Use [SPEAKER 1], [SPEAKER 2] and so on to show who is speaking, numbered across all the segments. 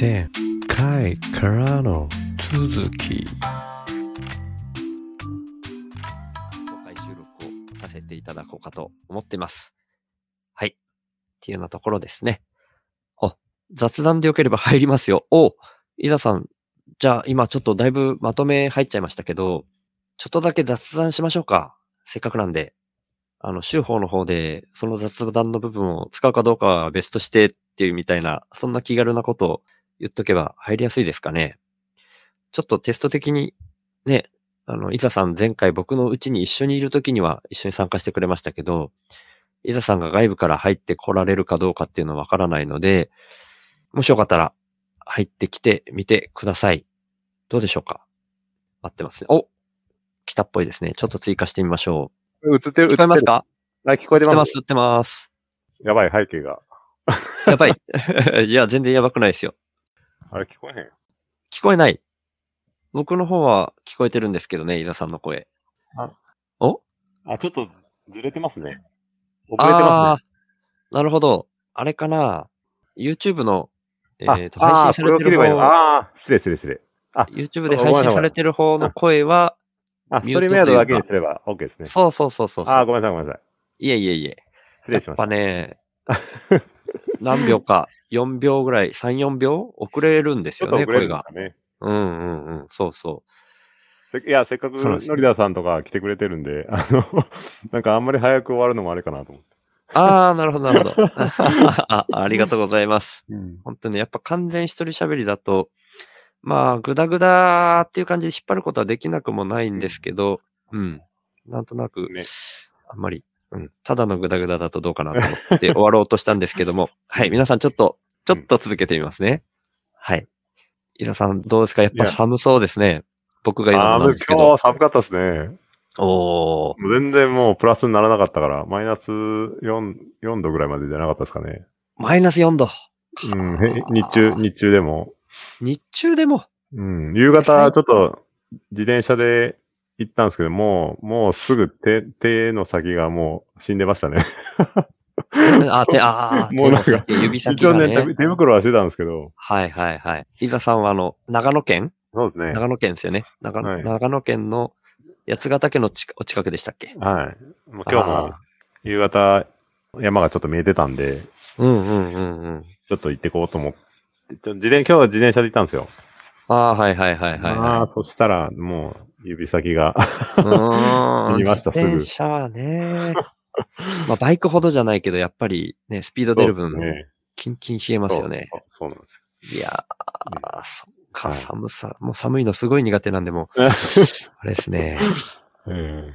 [SPEAKER 1] 前回からの続き
[SPEAKER 2] 公開収録をさせていただこうかと思っています。はい。っていうようなところですね。あ、雑談でよければ入りますよ。お伊沢さん、じゃあ今ちょっとだいぶまとめ入っちゃいましたけど、ちょっとだけ雑談しましょうか。せっかくなんで。あの、州法の方で、その雑談の部分を使うかどうかは別としてっていうみたいな、そんな気軽なことを言っとけば入りやすいですかね。ちょっとテスト的に、ね、あの、伊佐さん前回僕のうちに一緒にいるときには一緒に参加してくれましたけど、伊佐さんが外部から入って来られるかどうかっていうのはわからないので、もしよかったら入ってきてみてください。どうでしょうか待ってますね。お来たっぽいですね。ちょっと追加してみましょ
[SPEAKER 3] 映って
[SPEAKER 2] う。
[SPEAKER 3] る、
[SPEAKER 2] 聞こえます
[SPEAKER 3] か
[SPEAKER 2] か
[SPEAKER 3] あ、聞こえ
[SPEAKER 2] 来て
[SPEAKER 3] てま。
[SPEAKER 2] ますす、来てます。
[SPEAKER 3] やばい、背景が。
[SPEAKER 2] やばい。 いや、全然やばくないですよ。
[SPEAKER 3] あれ、聞こえへん。
[SPEAKER 2] 聞こえない。僕の方は聞こえてるんですけどね、伊佐さんの声。
[SPEAKER 3] あ、ちょっと、ずれてますね。遅
[SPEAKER 2] あ
[SPEAKER 3] れてますね。
[SPEAKER 2] あーなるほど。あれかな。YouTube の、え
[SPEAKER 3] あ
[SPEAKER 2] ーと、配信されて
[SPEAKER 3] あーこを切
[SPEAKER 2] る
[SPEAKER 3] ばいいの
[SPEAKER 2] 方、
[SPEAKER 3] あー、失礼、失礼、失礼。
[SPEAKER 2] YouTube で配信されてる方の声は、
[SPEAKER 3] あ、ス
[SPEAKER 2] ミュート
[SPEAKER 3] トリームヤードだけにすれば OK ですね。
[SPEAKER 2] そうそうそうそうそう。
[SPEAKER 3] あー、ごめんなさい、ごめんなさい。
[SPEAKER 2] いえいえいえ。
[SPEAKER 3] 失礼しまし
[SPEAKER 2] やっぱね、 何秒か、4秒ぐらい、3、4秒遅れるんです
[SPEAKER 3] た。ちょっ
[SPEAKER 2] よね、
[SPEAKER 3] と遅れる
[SPEAKER 2] 声が。
[SPEAKER 3] んですかね。
[SPEAKER 2] うんうんうん。そうそ
[SPEAKER 3] せいや、せっかく、
[SPEAKER 2] そうなんですよ
[SPEAKER 3] のりださんとか来てくれてるんで、あの、 なんかあんまり早く終わるのもあれかなと思って。
[SPEAKER 2] う。ああ、なるほど、なるほ どあ。ありがとうございます。
[SPEAKER 3] うん。
[SPEAKER 2] 本当にやっぱ完全一人喋りだと、まあ、ぐだぐだっていう感じで引っ張ることはできなくもないんですけど、うん。なんとなく、
[SPEAKER 3] ね
[SPEAKER 2] あんまり、うん。ただのぐだぐだだとどうかなと思 って終わろうとしたんですけども、はい。皆さんちょっと、ちょっと続けてみますね。はい。伊田さん、どうですかやっぱ
[SPEAKER 3] いや
[SPEAKER 2] 寒そうですね。僕が今のな
[SPEAKER 3] あー、
[SPEAKER 2] ん
[SPEAKER 3] もう
[SPEAKER 2] ですけ
[SPEAKER 3] 今
[SPEAKER 2] ど。
[SPEAKER 3] 日寒かったですね。
[SPEAKER 2] おー。
[SPEAKER 3] もう全然もうプラスにならなかったから、マイナス4、4度ぐらいまでじゃなかったですかね。
[SPEAKER 2] マイナス4度。
[SPEAKER 3] うん、へ日中、日中でも。
[SPEAKER 2] 日中で も、
[SPEAKER 3] うん、夕
[SPEAKER 2] はい
[SPEAKER 3] 方、ちょっと自転車で行ったんですけど、もう、もうすぐ手、手の先がもう死んでましたね。
[SPEAKER 2] あ、手、あー、
[SPEAKER 3] もうなんか
[SPEAKER 2] 手の先指先
[SPEAKER 3] 一応
[SPEAKER 2] が
[SPEAKER 3] ね、
[SPEAKER 2] ね。
[SPEAKER 3] 手手袋はしてたんですけど、
[SPEAKER 2] はいはいはい。伊沢さんはあの、長野県
[SPEAKER 3] そうですね。
[SPEAKER 2] 長野県ですよね。長,、
[SPEAKER 3] はい
[SPEAKER 2] 長野県の八ヶ岳のちお近くでしたっけ
[SPEAKER 3] はい。もう今日も
[SPEAKER 2] あ
[SPEAKER 3] 夕方、山がちょっと見えてたんで、
[SPEAKER 2] ーうんうんうんうん。
[SPEAKER 3] ちょっと行ってこうと思って、ちょ自転、今日は自転車で行ったんですよ。
[SPEAKER 2] ああ、はいはいはいはい、
[SPEAKER 3] あ
[SPEAKER 2] は
[SPEAKER 3] あ、そしたら、もう、指先が。
[SPEAKER 2] い。うーん。
[SPEAKER 3] 見ましたすぐ
[SPEAKER 2] 自転車はね。 まあ、バイクほどじゃないけど、やっぱりね、スピード出る分、
[SPEAKER 3] そうですね
[SPEAKER 2] キンキン冷えますよね。
[SPEAKER 3] そうそうなんですよ。
[SPEAKER 2] いやー、そっか、
[SPEAKER 3] はい
[SPEAKER 2] 寒さ、もう寒いのすごい苦手なんで、 もう、あれですね。
[SPEAKER 3] うん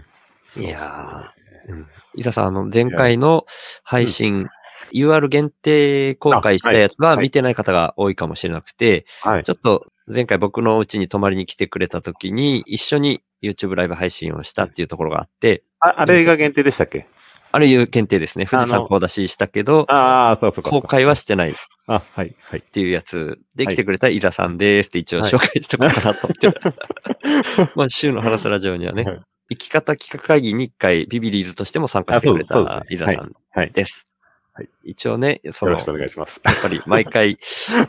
[SPEAKER 2] いやー、うん伊田さん、あの、前回の配信、UR 限定公開したやつは
[SPEAKER 3] はい
[SPEAKER 2] 見てない方が多いかもしれなくて、
[SPEAKER 3] はい
[SPEAKER 2] ち。ょっと前回僕のうちに泊まりに来てくれた時に、一緒に YouTube ライブ配信をしたっていうところがあって、
[SPEAKER 3] ああれが限定でしたっけ
[SPEAKER 2] あれいう検定ですね。富士
[SPEAKER 3] あ
[SPEAKER 2] 山
[SPEAKER 3] の
[SPEAKER 2] 顔出ししたけど、
[SPEAKER 3] ああ、そうそうかそう
[SPEAKER 2] 公
[SPEAKER 3] か。
[SPEAKER 2] 開はしてないっ
[SPEAKER 3] あ、はい、はい。
[SPEAKER 2] ていうやつで
[SPEAKER 3] はい
[SPEAKER 2] 来てくれた伊沢さんですって一応
[SPEAKER 3] はい
[SPEAKER 2] 紹介しとこうかなと思って。まあ、週の話すラジオにはね
[SPEAKER 3] はい、
[SPEAKER 2] 生き方企画会議に一回ビビリーズとしても参加してくれ
[SPEAKER 3] あそう
[SPEAKER 2] た
[SPEAKER 3] です
[SPEAKER 2] 伊
[SPEAKER 3] そうですね
[SPEAKER 2] 沢さん
[SPEAKER 3] はい。
[SPEAKER 2] です。
[SPEAKER 3] はい
[SPEAKER 2] 一応ね、その、
[SPEAKER 3] よろ
[SPEAKER 2] や
[SPEAKER 3] しくお願いします。
[SPEAKER 2] っぱり毎回、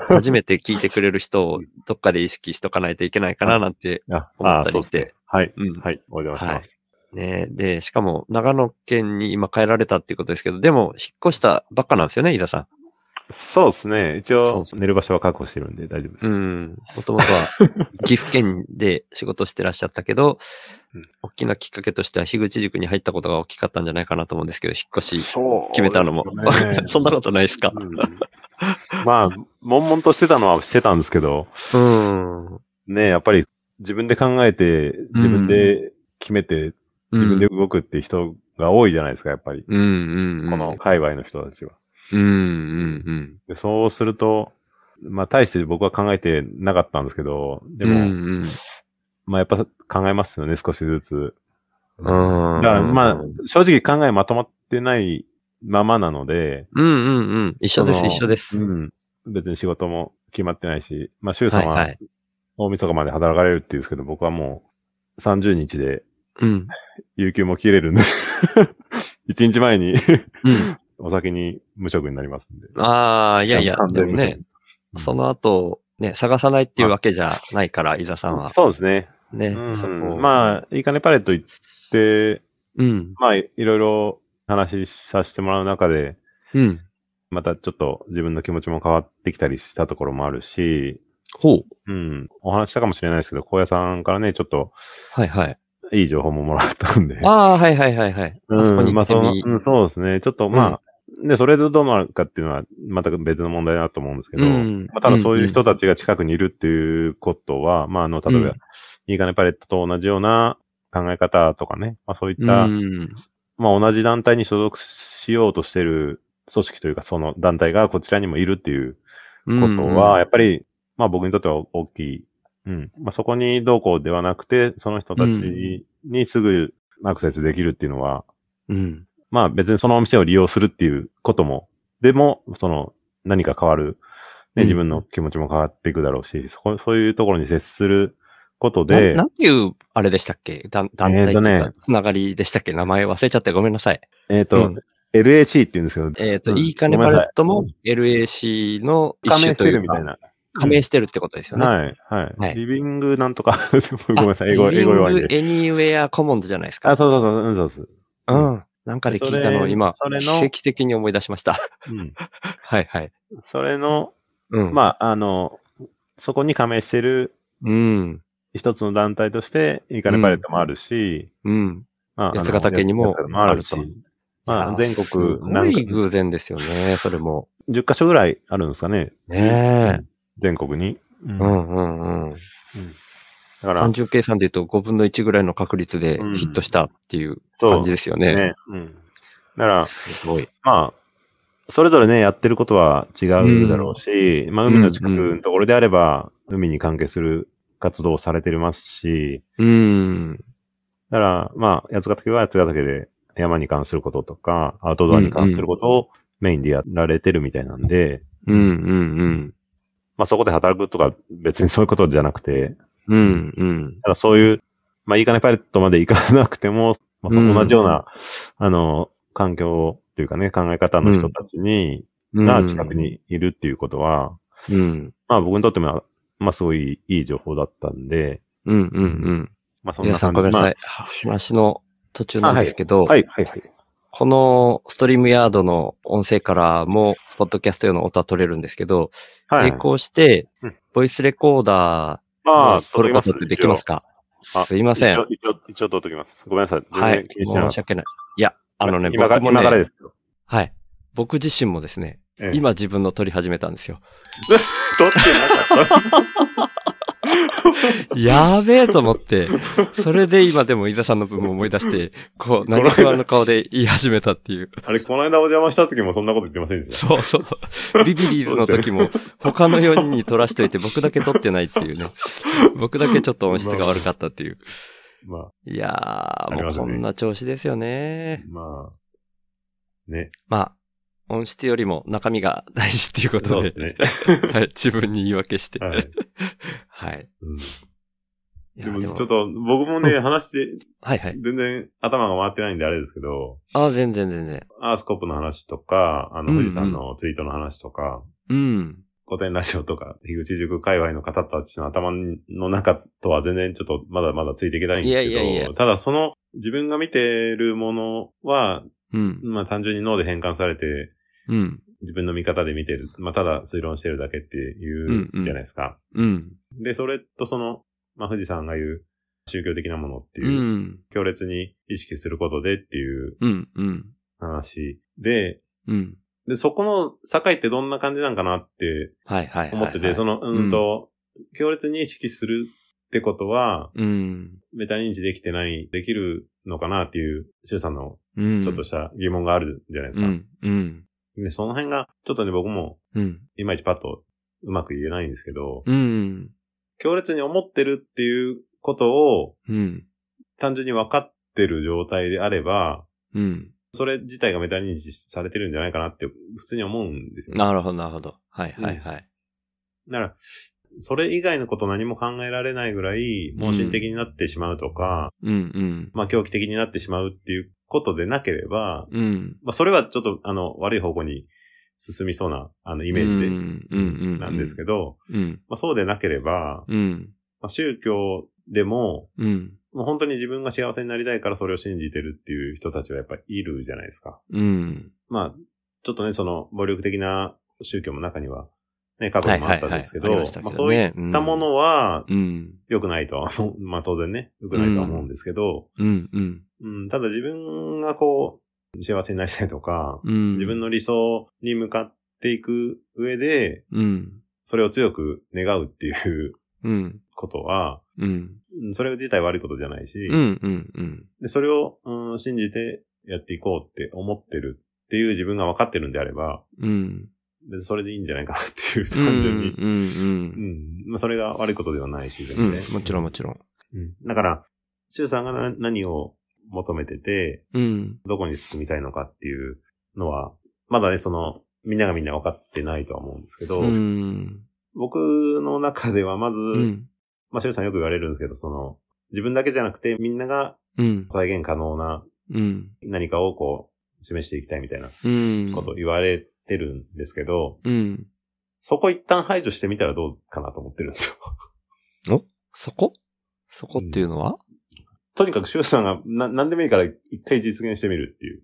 [SPEAKER 2] 初めて聞いてくれる人をどっかで意識しとかないといけないかななんて、
[SPEAKER 3] あ
[SPEAKER 2] 思ったりして。
[SPEAKER 3] あそうですねはい。
[SPEAKER 2] うん。
[SPEAKER 3] はい。お邪魔し
[SPEAKER 2] は
[SPEAKER 3] ま
[SPEAKER 2] い
[SPEAKER 3] す。。
[SPEAKER 2] ねで、しかも、長野県に今帰られたっていうことですけど、でも、引っ越したばっかなんですよね、飯田さ
[SPEAKER 3] そうですね。一
[SPEAKER 2] そう
[SPEAKER 3] 応
[SPEAKER 2] で、すね
[SPEAKER 3] 寝る場所は確保してるんで大丈夫です。
[SPEAKER 2] ん。うん。もともと は、岐阜県で仕事してらっしゃったけど
[SPEAKER 3] うん、
[SPEAKER 2] 大きなきっかけとしては、樋口塾に入ったことが大きかったんじゃないかなと思うんですけど、引っ越し
[SPEAKER 3] そう
[SPEAKER 2] 決めたのも。 そんなことないですか
[SPEAKER 3] と。まあ、悶々としてたのはしてたんですけど、
[SPEAKER 2] うん。
[SPEAKER 3] ね、やっぱり自分で考えて、自分で決めて、自分で動くって人が多いじゃないですか、やっぱり。
[SPEAKER 2] うんうんうん。
[SPEAKER 3] この界隈の人たちは。
[SPEAKER 2] うんうんうん。
[SPEAKER 3] でそうすると、まあ、大して僕は考えてなかったんですけど、でも、
[SPEAKER 2] うん
[SPEAKER 3] まあ、やっぱ考えますよね、少しずつ。
[SPEAKER 2] うん。あ
[SPEAKER 3] だから、まあ、正直考えまとまってないままなので、
[SPEAKER 2] うんうんうん。一緒です、
[SPEAKER 3] その
[SPEAKER 2] 一緒です。
[SPEAKER 3] うん。別に仕事も決まってないし、まあ、周さ
[SPEAKER 2] は
[SPEAKER 3] ん
[SPEAKER 2] いは。
[SPEAKER 3] はい大晦日まで働かれるっていうんですけど、僕はもう30日で
[SPEAKER 2] うん。
[SPEAKER 3] 有給も切れるんで、1日前に
[SPEAKER 2] う ん。
[SPEAKER 3] お酒に無職になりますんで。
[SPEAKER 2] ああ、いやいや、
[SPEAKER 3] 完
[SPEAKER 2] で
[SPEAKER 3] 全
[SPEAKER 2] も
[SPEAKER 3] 無職
[SPEAKER 2] ね、その後、ね、探さないっていうわけじゃないから、伊沢さんは。
[SPEAKER 3] そうですね。
[SPEAKER 2] ね、
[SPEAKER 3] うん
[SPEAKER 2] そこを
[SPEAKER 3] まあ、いいかねパレット行って、
[SPEAKER 2] うん。
[SPEAKER 3] まあ、いろいろ話しさせてもらう中で、
[SPEAKER 2] うん。
[SPEAKER 3] またちょっと自分の気持ちも変わってきたりしたところもあるし、
[SPEAKER 2] ほう。
[SPEAKER 3] うん、お話ししたかもしれないですけど、高野さんからね、ちょっと
[SPEAKER 2] はいはい。
[SPEAKER 3] いい情報ももらったんで。
[SPEAKER 2] ああ、はいはいはいはい。あそこ
[SPEAKER 3] う
[SPEAKER 2] に
[SPEAKER 3] ん、ま
[SPEAKER 2] 行
[SPEAKER 3] あ
[SPEAKER 2] って
[SPEAKER 3] その
[SPEAKER 2] み。
[SPEAKER 3] うん、そうですね。ちょっとまあ、で、それでどうなるかっていうのは、また別の問題だと思うんですけど、
[SPEAKER 2] うん
[SPEAKER 3] まあ、ただそういう人たちが近くにいるっていうことは、まあ、あの、例えば、
[SPEAKER 2] うん
[SPEAKER 3] いいかねパレットと同じような考え方とかね、まあそういった、
[SPEAKER 2] うん。
[SPEAKER 3] まあ同じ団体に所属しようとしてる組織というか、その団体がこちらにもいるっていう
[SPEAKER 2] う
[SPEAKER 3] こ
[SPEAKER 2] ん
[SPEAKER 3] とは、やっぱり、まあ僕にとっては大きい。うん。まあそこにどうこうではなくて、その人たちにすぐアクセスできるっていうのは、
[SPEAKER 2] うん。
[SPEAKER 3] まあ別にそのお店を利用するっていうことも、でも、その何か変わる、
[SPEAKER 2] うん
[SPEAKER 3] ね、自分の気持ちも変わっていくだろうし、そこ、そういうところに接すること
[SPEAKER 2] な
[SPEAKER 3] で
[SPEAKER 2] な、んていう、あれでしたっけ団団体と
[SPEAKER 3] えー
[SPEAKER 2] い
[SPEAKER 3] と
[SPEAKER 2] うか、つながりでしたっけ名前忘れちゃってごめんなさい。
[SPEAKER 3] えっ
[SPEAKER 2] う
[SPEAKER 3] と
[SPEAKER 2] ん、
[SPEAKER 3] LAC って言うんですけど、
[SPEAKER 2] えっ、
[SPEAKER 3] う
[SPEAKER 2] と、
[SPEAKER 3] ん
[SPEAKER 2] いいかねパレットも LAC の一
[SPEAKER 3] 加盟
[SPEAKER 2] 種
[SPEAKER 3] して
[SPEAKER 2] とい
[SPEAKER 3] る
[SPEAKER 2] う
[SPEAKER 3] みたい
[SPEAKER 2] か、
[SPEAKER 3] な。
[SPEAKER 2] 加盟してるってことですよね。
[SPEAKER 3] はい、はい、
[SPEAKER 2] はい
[SPEAKER 3] リビングなんとか、 ごめんなさい、英
[SPEAKER 2] あ
[SPEAKER 3] 語、英語弱いん
[SPEAKER 2] Living
[SPEAKER 3] で。
[SPEAKER 2] Anywhere Commons じゃないですか。
[SPEAKER 3] あ、そうそうそう、うん、そうそう。
[SPEAKER 2] うん。なんかで聞いたの
[SPEAKER 3] そ
[SPEAKER 2] を
[SPEAKER 3] れ
[SPEAKER 2] 今
[SPEAKER 3] そ、れの
[SPEAKER 2] 奇跡的に思い出しました。
[SPEAKER 3] うん。
[SPEAKER 2] はいはい。
[SPEAKER 3] それの、
[SPEAKER 2] うん。あ、
[SPEAKER 3] まあ、あの、そこに加盟してる
[SPEAKER 2] うん。
[SPEAKER 3] 一つの団体として、いいかねパレットもああるし、
[SPEAKER 2] うん。
[SPEAKER 3] まああの、
[SPEAKER 2] 八ヶ岳にも
[SPEAKER 3] 八ヶ岳ある
[SPEAKER 2] あ
[SPEAKER 3] し
[SPEAKER 2] る、
[SPEAKER 3] ま
[SPEAKER 2] い
[SPEAKER 3] あ、
[SPEAKER 2] や
[SPEAKER 3] 全国、
[SPEAKER 2] すご
[SPEAKER 3] 何
[SPEAKER 2] い
[SPEAKER 3] か
[SPEAKER 2] 偶然ですよね、それも。
[SPEAKER 3] 10カ所ぐらいあるんですかね。
[SPEAKER 2] ねえ。
[SPEAKER 3] 全国に。うん
[SPEAKER 2] う
[SPEAKER 3] だ
[SPEAKER 2] んうんうん。
[SPEAKER 3] から
[SPEAKER 2] 単、純計算で言うと5分の1ぐらいの確率で
[SPEAKER 3] うん
[SPEAKER 2] ヒットしたっていう
[SPEAKER 3] そう
[SPEAKER 2] 感じですよね。
[SPEAKER 3] ね。うん。だから、
[SPEAKER 2] すごい。
[SPEAKER 3] まあ、それぞれね、やってることは違うだろうし、まあ、海の近くのところであれば、海に関係する活動をされてますし、
[SPEAKER 2] うん。
[SPEAKER 3] だから、まあ、八ヶ岳は八ヶ岳で山に関することとか、アウトドアに関することをメインでやられてるみたいなんで、
[SPEAKER 2] うんうん
[SPEAKER 3] まあ、そこで働くとか、別にそういうことじゃなくて、
[SPEAKER 2] うん。うんうん。
[SPEAKER 3] ただそういう、まあ、いいかねパレットまで行かなくても、まあ、
[SPEAKER 2] うん
[SPEAKER 3] 同じような、あの、環境というかね、考え方の人たちに、
[SPEAKER 2] うん
[SPEAKER 3] が近く。にいるっていうことは、
[SPEAKER 2] うん。
[SPEAKER 3] まあ僕にとっても、まあすごいいい情報だったんで、
[SPEAKER 2] うんうん
[SPEAKER 3] まあそ
[SPEAKER 2] うん。
[SPEAKER 3] んな
[SPEAKER 2] 皆さ
[SPEAKER 3] 感
[SPEAKER 2] ん
[SPEAKER 3] じ
[SPEAKER 2] ごめんなさい。
[SPEAKER 3] まあ
[SPEAKER 2] 話の途中なんですけど、
[SPEAKER 3] はい、はい、はい。
[SPEAKER 2] このストリームヤードの音声からも、ポッドキャスト用の音は取れるんですけど、
[SPEAKER 3] はい。
[SPEAKER 2] 並行して
[SPEAKER 3] うん、
[SPEAKER 2] ボイスレコーダー
[SPEAKER 3] まあ
[SPEAKER 2] を、取ることってできます
[SPEAKER 3] か
[SPEAKER 2] か
[SPEAKER 3] あ
[SPEAKER 2] すいません
[SPEAKER 3] 一応、。一応、一応取っときます。ごめんなさい。全
[SPEAKER 2] は
[SPEAKER 3] 然
[SPEAKER 2] い
[SPEAKER 3] 気。にしてなか
[SPEAKER 2] 申
[SPEAKER 3] っ
[SPEAKER 2] し訳ない。いや、
[SPEAKER 3] た
[SPEAKER 2] あのね、
[SPEAKER 3] 今から、
[SPEAKER 2] 僕もね
[SPEAKER 3] 今からですよ。
[SPEAKER 2] はい。僕自身もですね、
[SPEAKER 3] ええ
[SPEAKER 2] 今自分の撮り始めたんですよ。
[SPEAKER 3] 撮ってなかっ
[SPEAKER 2] やべえと思って、 それで今でも伊沢さんの分も思い出して、こう、何不安の顔で言い始めたっていう。
[SPEAKER 3] た。あれ、この間お邪魔した時もそんなこと言ってませんでした。
[SPEAKER 2] そうそう。ビビリーズの時も、他の4人に撮らしといて僕だけ撮ってないっていうね。僕だけちょっと音質が悪かったっていう。
[SPEAKER 3] まあ、
[SPEAKER 2] いや
[SPEAKER 3] あり
[SPEAKER 2] ー、も
[SPEAKER 3] ま
[SPEAKER 2] う
[SPEAKER 3] すね
[SPEAKER 2] こんな調子ですよね。
[SPEAKER 3] まあ、ね。
[SPEAKER 2] まあ、音質よりも中身が大事っていうこ
[SPEAKER 3] そ
[SPEAKER 2] と
[SPEAKER 3] う
[SPEAKER 2] で、
[SPEAKER 3] ですね。
[SPEAKER 2] はい、自分に言い訳して。
[SPEAKER 3] はい。
[SPEAKER 2] はい。
[SPEAKER 3] うん
[SPEAKER 2] いや
[SPEAKER 3] でも
[SPEAKER 2] でも
[SPEAKER 3] ちょっと、僕も ね、話して、
[SPEAKER 2] はいはい。
[SPEAKER 3] 全然頭が回ってないんであれですけど、
[SPEAKER 2] あ、全然全然。
[SPEAKER 3] アースコップの話とか、あ
[SPEAKER 2] うん
[SPEAKER 3] の、
[SPEAKER 2] うん
[SPEAKER 3] 富士山のツイートの話とか、
[SPEAKER 2] うん。
[SPEAKER 3] 古典ラジオとか、樋口塾界隈の方たちの頭の中とは全然ちょっとまだまだついていけないんですけど、
[SPEAKER 2] いやいやいや
[SPEAKER 3] ただその自分が見てるものは、
[SPEAKER 2] うん。
[SPEAKER 3] まあ単純に脳で変換されて、
[SPEAKER 2] うん。
[SPEAKER 3] 自分の見方で見てる。まあただ推論してるだけって
[SPEAKER 2] うん
[SPEAKER 3] いう
[SPEAKER 2] うん
[SPEAKER 3] じゃないですか。
[SPEAKER 2] うん。
[SPEAKER 3] で、それとその、まあ富士山が言う宗教的なものって
[SPEAKER 2] う
[SPEAKER 3] いう、
[SPEAKER 2] ん。
[SPEAKER 3] 強烈に意識することでっていう
[SPEAKER 2] うん。うん。
[SPEAKER 3] 話で、
[SPEAKER 2] うん。
[SPEAKER 3] で、そこの境ってどんな感じなんかなって
[SPEAKER 2] はいはいはい、はい。
[SPEAKER 3] 思ってて、その、うんと、強烈に意識するってことは、
[SPEAKER 2] うん。
[SPEAKER 3] メタ認知できてない、できるのかなっていう、周さんの
[SPEAKER 2] うん。
[SPEAKER 3] ちょっとした疑問があるじゃないです
[SPEAKER 2] う
[SPEAKER 3] か。
[SPEAKER 2] ん。うん。
[SPEAKER 3] で、その辺が、ちょっとね、僕も、
[SPEAKER 2] うん。
[SPEAKER 3] いまいちパッとうまく言えないんですけど、
[SPEAKER 2] うん。
[SPEAKER 3] 強烈に思ってるっていうことを、
[SPEAKER 2] うん。
[SPEAKER 3] 単純に分かってる状態であれば、
[SPEAKER 2] うん。
[SPEAKER 3] それ自体がメタ認知されてるんじゃないかなって、普通に思うんですよね。
[SPEAKER 2] なるほど、なるほど。はいはいはい。
[SPEAKER 3] なら、それ以外のこと何も考えられないぐらい、盲信的になってしまうとか、
[SPEAKER 2] うん。うん。
[SPEAKER 3] まあ狂気的になってしまうっていうことでなければ、
[SPEAKER 2] うん。
[SPEAKER 3] まあそれはちょっと、あの、悪い方向に進みそうな、あの、イメー
[SPEAKER 1] うんうんう
[SPEAKER 3] ジで、
[SPEAKER 1] ん。
[SPEAKER 3] なんですけ
[SPEAKER 1] ど。
[SPEAKER 3] ど、
[SPEAKER 1] うん。
[SPEAKER 3] まあ、そうでなければ、
[SPEAKER 1] うん。
[SPEAKER 3] まあ、宗教でも、
[SPEAKER 1] うん。
[SPEAKER 3] もう本当に自分が幸せになりたいからそれを信じてるっていう人たちはやっぱいるじゃないですか。
[SPEAKER 1] うん。
[SPEAKER 3] まあ、ちょっとね、その、暴力的な宗教も中には、ね、過去にもあったんですけど、
[SPEAKER 1] はいはいはいありましたけどね
[SPEAKER 3] まあそういったものは、
[SPEAKER 1] うん。
[SPEAKER 3] 良くないとは 思う、まあ当然ね、良くないとは思うんですけど、
[SPEAKER 1] うん。うん。
[SPEAKER 3] うん、ただ自分がこう、幸せになりたいとか、
[SPEAKER 1] うん。
[SPEAKER 3] 自分の理想に向かっていく上で、
[SPEAKER 1] うん。
[SPEAKER 3] それを強く願うっていう
[SPEAKER 1] うん。
[SPEAKER 3] ことは、
[SPEAKER 1] うん。
[SPEAKER 3] うんそれ自体悪いことじゃないし、
[SPEAKER 1] うん。うん。うん。
[SPEAKER 3] でそれを、うん、信じてやっていこうって思ってるっていう自分が分かってるんであれば、
[SPEAKER 1] うん。
[SPEAKER 3] 別にそれでいいんじゃないかなっていう単純に。
[SPEAKER 1] うん。
[SPEAKER 3] う
[SPEAKER 1] うん。
[SPEAKER 3] ん。まあ、それが悪いことではないしで
[SPEAKER 1] う
[SPEAKER 3] す
[SPEAKER 1] ん
[SPEAKER 3] ね。。
[SPEAKER 1] もちろんもちろん。
[SPEAKER 3] うん。だから、シュウさんがな何を求めてて、
[SPEAKER 1] うん。
[SPEAKER 3] どこに進みたいのかっていうのは、まだね、その、みんながみんな分かってないとは思うんですけど、
[SPEAKER 1] うん。
[SPEAKER 3] 僕の中ではまず、
[SPEAKER 1] うん。
[SPEAKER 3] まあ、シュウさんよく言われるんですけど、その、自分だけじゃなくて、みんなが
[SPEAKER 1] うん。
[SPEAKER 3] 再現可能な
[SPEAKER 1] うん。
[SPEAKER 3] 何かをこう、示していきたいみたいな
[SPEAKER 1] うん。
[SPEAKER 3] ことを言われてるんですけど、
[SPEAKER 1] うん。
[SPEAKER 3] そこ一旦排除してみたらどうかなと思ってるんですよ。
[SPEAKER 1] そこそこっていうのは
[SPEAKER 3] とにかくシュウさんがな何でもいいから一回実現してみるっていう。